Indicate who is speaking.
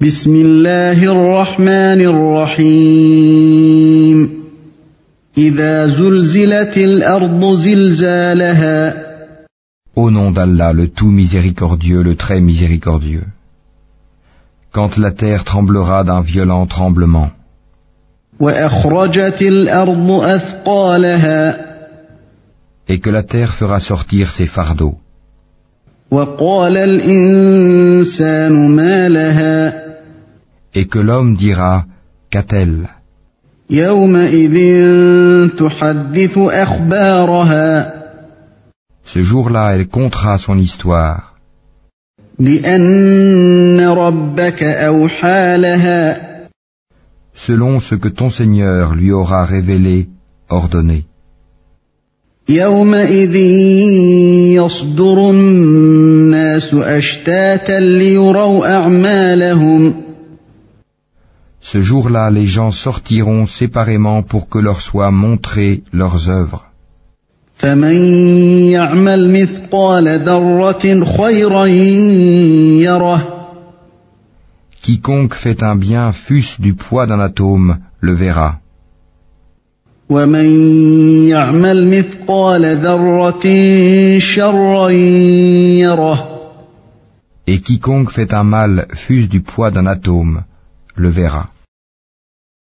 Speaker 1: بسم الله الرحمن الرحيم إذا زلزلت الأرض زلزالها
Speaker 2: Au nom d'Allah, le tout miséricordieux, le très miséricordieux. Quand la terre tremblera d'un violent tremblement,
Speaker 1: وأخرجت الأرض أثقالها
Speaker 2: et que la terre fera sortir ses fardeaux,
Speaker 1: وقال الإنسان ما لها
Speaker 2: et que l'homme dira, Qu'a-t-elle
Speaker 1: يومئذ تحدث أخبارها
Speaker 2: Ce jour-là, elle contera son histoire,
Speaker 1: بأن ربك أوحى لها
Speaker 2: selon ce que ton Seigneur lui aura révélé, ordonné.
Speaker 1: يومئذ يصدر الناس أشتاتا ليروا أعمالهم
Speaker 2: Ce jour-là, les gens sortiront séparément pour que leur soient montrées leurs œuvres.
Speaker 1: فمن يعمل مثقال ذرة خيرا يره
Speaker 2: Quiconque fait un bien, fût-ce du poids d'un atome, le verra.
Speaker 1: ومن يعمل مثقال ذرة شرا يره
Speaker 2: Et quiconque fait un mal, fût-ce du poids d'un atome, le verra.